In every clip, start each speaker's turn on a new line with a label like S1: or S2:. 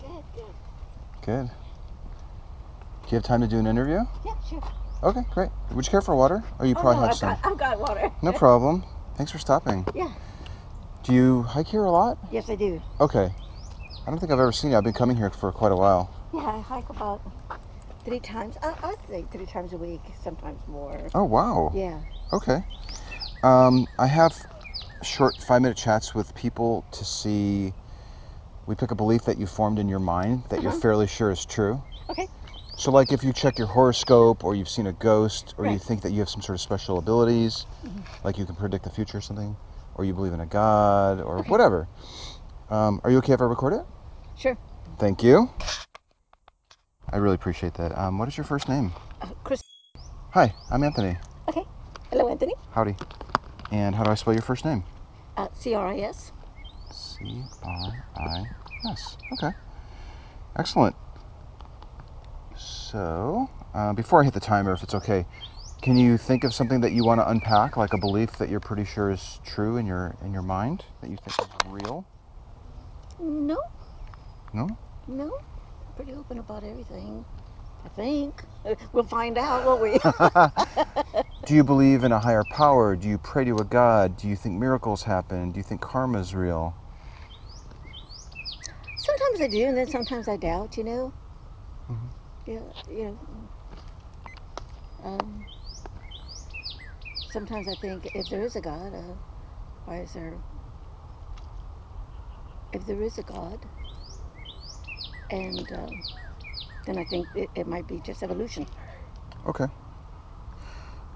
S1: Good, good.
S2: Good. Do you have time to do an interview?
S1: Yeah, sure.
S2: Okay, great. Would you care for water? Oh, you probably
S1: oh, no,
S2: have
S1: I've
S2: some.
S1: got, I've got water.
S2: No problem. Thanks for stopping.
S1: Yeah.
S2: Do you hike here a lot?
S1: Yes, I do.
S2: Okay. I don't think I've ever seen you. I've been coming here for quite a while.
S1: Yeah, I hike about three times. I, I say three times a week, sometimes more.
S2: Oh, wow.
S1: Yeah.
S2: Okay. Um, I have short five minute chats with people to see. We pick a belief that you formed in your mind that you're fairly sure is true.
S1: Uh-huh. Okay.
S2: So, like if you check your horoscope or you've seen a ghost or you
S1: Right. Mm-hmm.
S2: think that you have some sort of special abilities, like you can predict the future or something, or you believe in a god or
S1: Okay.
S2: whatever. Um, are you okay if I record it?
S1: Sure.
S2: Thank you. I really appreciate that. Um, what is your first name?
S1: Uh, Chris.
S2: Hi, I'm Anthony.
S1: Okay. Hello, Anthony.
S2: Howdy. And how do I spell your first name?
S1: Uh, C-R-I-S.
S2: C R I S. Okay. Excellent. So, uh, before I hit the timer, if it's okay, can you think of something that you want to unpack, like a belief that you're pretty sure is true in your in your mind that you think is real?
S1: No.
S2: No?
S1: No. Pretty open about everything. I think. Uh, We'll find out, won't we?
S2: Do you believe in a higher power? Do you pray to a god? Do you think miracles happen? Do you think karma is real?
S1: sometimes I do, and then sometimes I doubt, you know? Yeah, you know. Um, sometimes I think if there is a God, uh, why is there. If there is a God, and um, then I think it, it might be just evolution.
S2: Okay.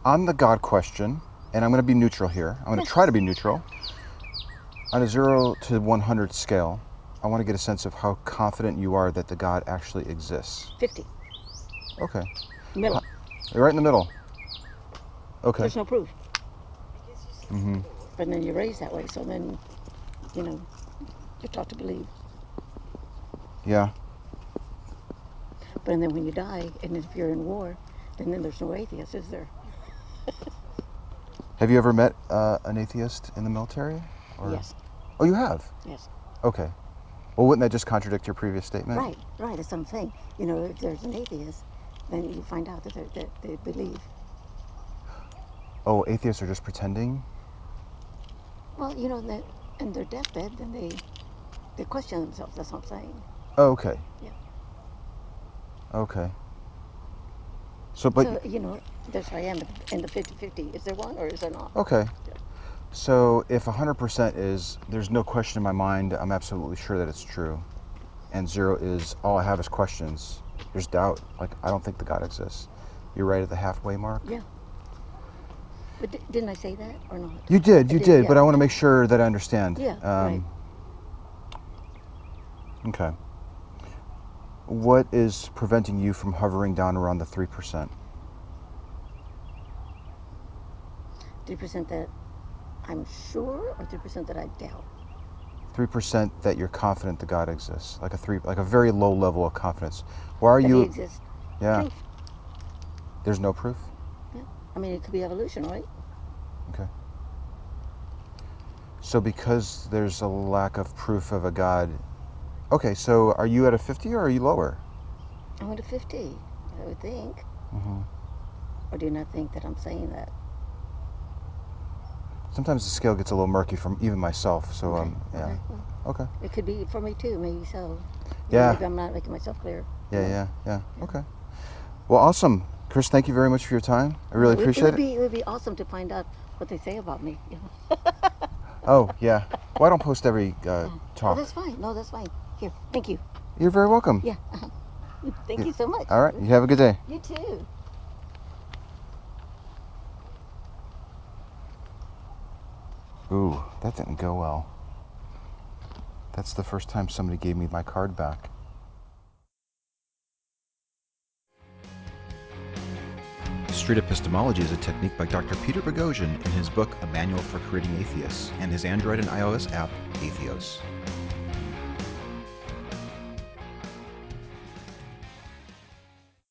S2: On the God question, and I'm going to be neutral here. I'm going to try to be neutral. On a 0 to 100 scale, I want to get a sense of how confident you are that the God actually exists.
S1: 50,
S2: Okay.
S1: middle.
S2: You're right in the middle. Okay.
S1: There's no proof.
S2: hmm
S1: But then you're raised that way, so then, you know, you're taught to believe.
S2: Yeah.
S1: But then when you die, and if you're in war, then, then there's no atheists, is there?
S2: Have you ever met uh, an atheist in the military? Or-
S1: Yes,
S2: Oh, you have?
S1: yes.
S2: Okay. Well, wouldn't that just contradict your previous statement?
S1: Right, right. That's what I'm saying. You know, if there's an atheist, then you find out that, they're- that they believe.
S2: Oh, atheists are just pretending?
S1: Well, you know, that in their deathbed, then they they question themselves. That's what I'm saying.
S2: Oh, okay.
S1: Yeah.
S2: Okay. So, but.
S1: so, you know, that's where I am in the 50 50. Is there one or is there not?
S2: Okay. So if 100% is, there's no question in my mind, I'm absolutely sure that it's true. And zero is, all I have is questions. There's doubt. Like, I don't think the God exists. You're right at the halfway mark.
S1: But di- didn't I say that or not?
S2: You did, you
S1: did,
S2: did, but
S1: yeah.
S2: I want to make sure that I understand. Um,
S1: Yeah,
S2: Okay. What is preventing you from hovering down around the 3%?
S1: 3% that I'm sure or 3% that I doubt?
S2: 3% that you're confident the God exists. Like a three, like a very low level of confidence. Why are
S1: that
S2: you,
S1: he exists?
S2: yeah,
S1: Proof.
S2: there's no proof?
S1: I mean, it could be evolution, right?
S2: So because there's a lack of proof of a god. Okay, so are you at a 50 or are you lower?
S1: I'm at a 50, I would think.
S2: hmm
S1: Or do you not think that I'm saying that?
S2: Sometimes the scale gets a little murky from even myself. So
S1: Okay,
S2: um, yeah,
S1: okay, well,
S2: Okay.
S1: It could be for me too, maybe so.
S2: Yeah.
S1: Maybe I'm not making myself clear.
S2: yeah, yeah, yeah, Okay. Well, awesome, Chris. Thank you very much for your time. I really
S1: it would,
S2: appreciate
S1: would
S2: it.
S1: Be, it would be awesome to find out what they say about me. You know?
S2: Oh yeah. Well, I don't post every uh,
S1: Oh,
S2: talk.
S1: that's fine. No, that's fine. Here, thank you.
S2: You're very welcome.
S1: Yeah. Thank you so much.
S2: All right. You have a good day.
S1: You too.
S2: Ooh, that didn't go well. That's the first time somebody gave me my card back. Street epistemology is a technique by Dr. Peter Boghossian in his book A Manual for Creating Atheists and his Android and iOS app, Atheos.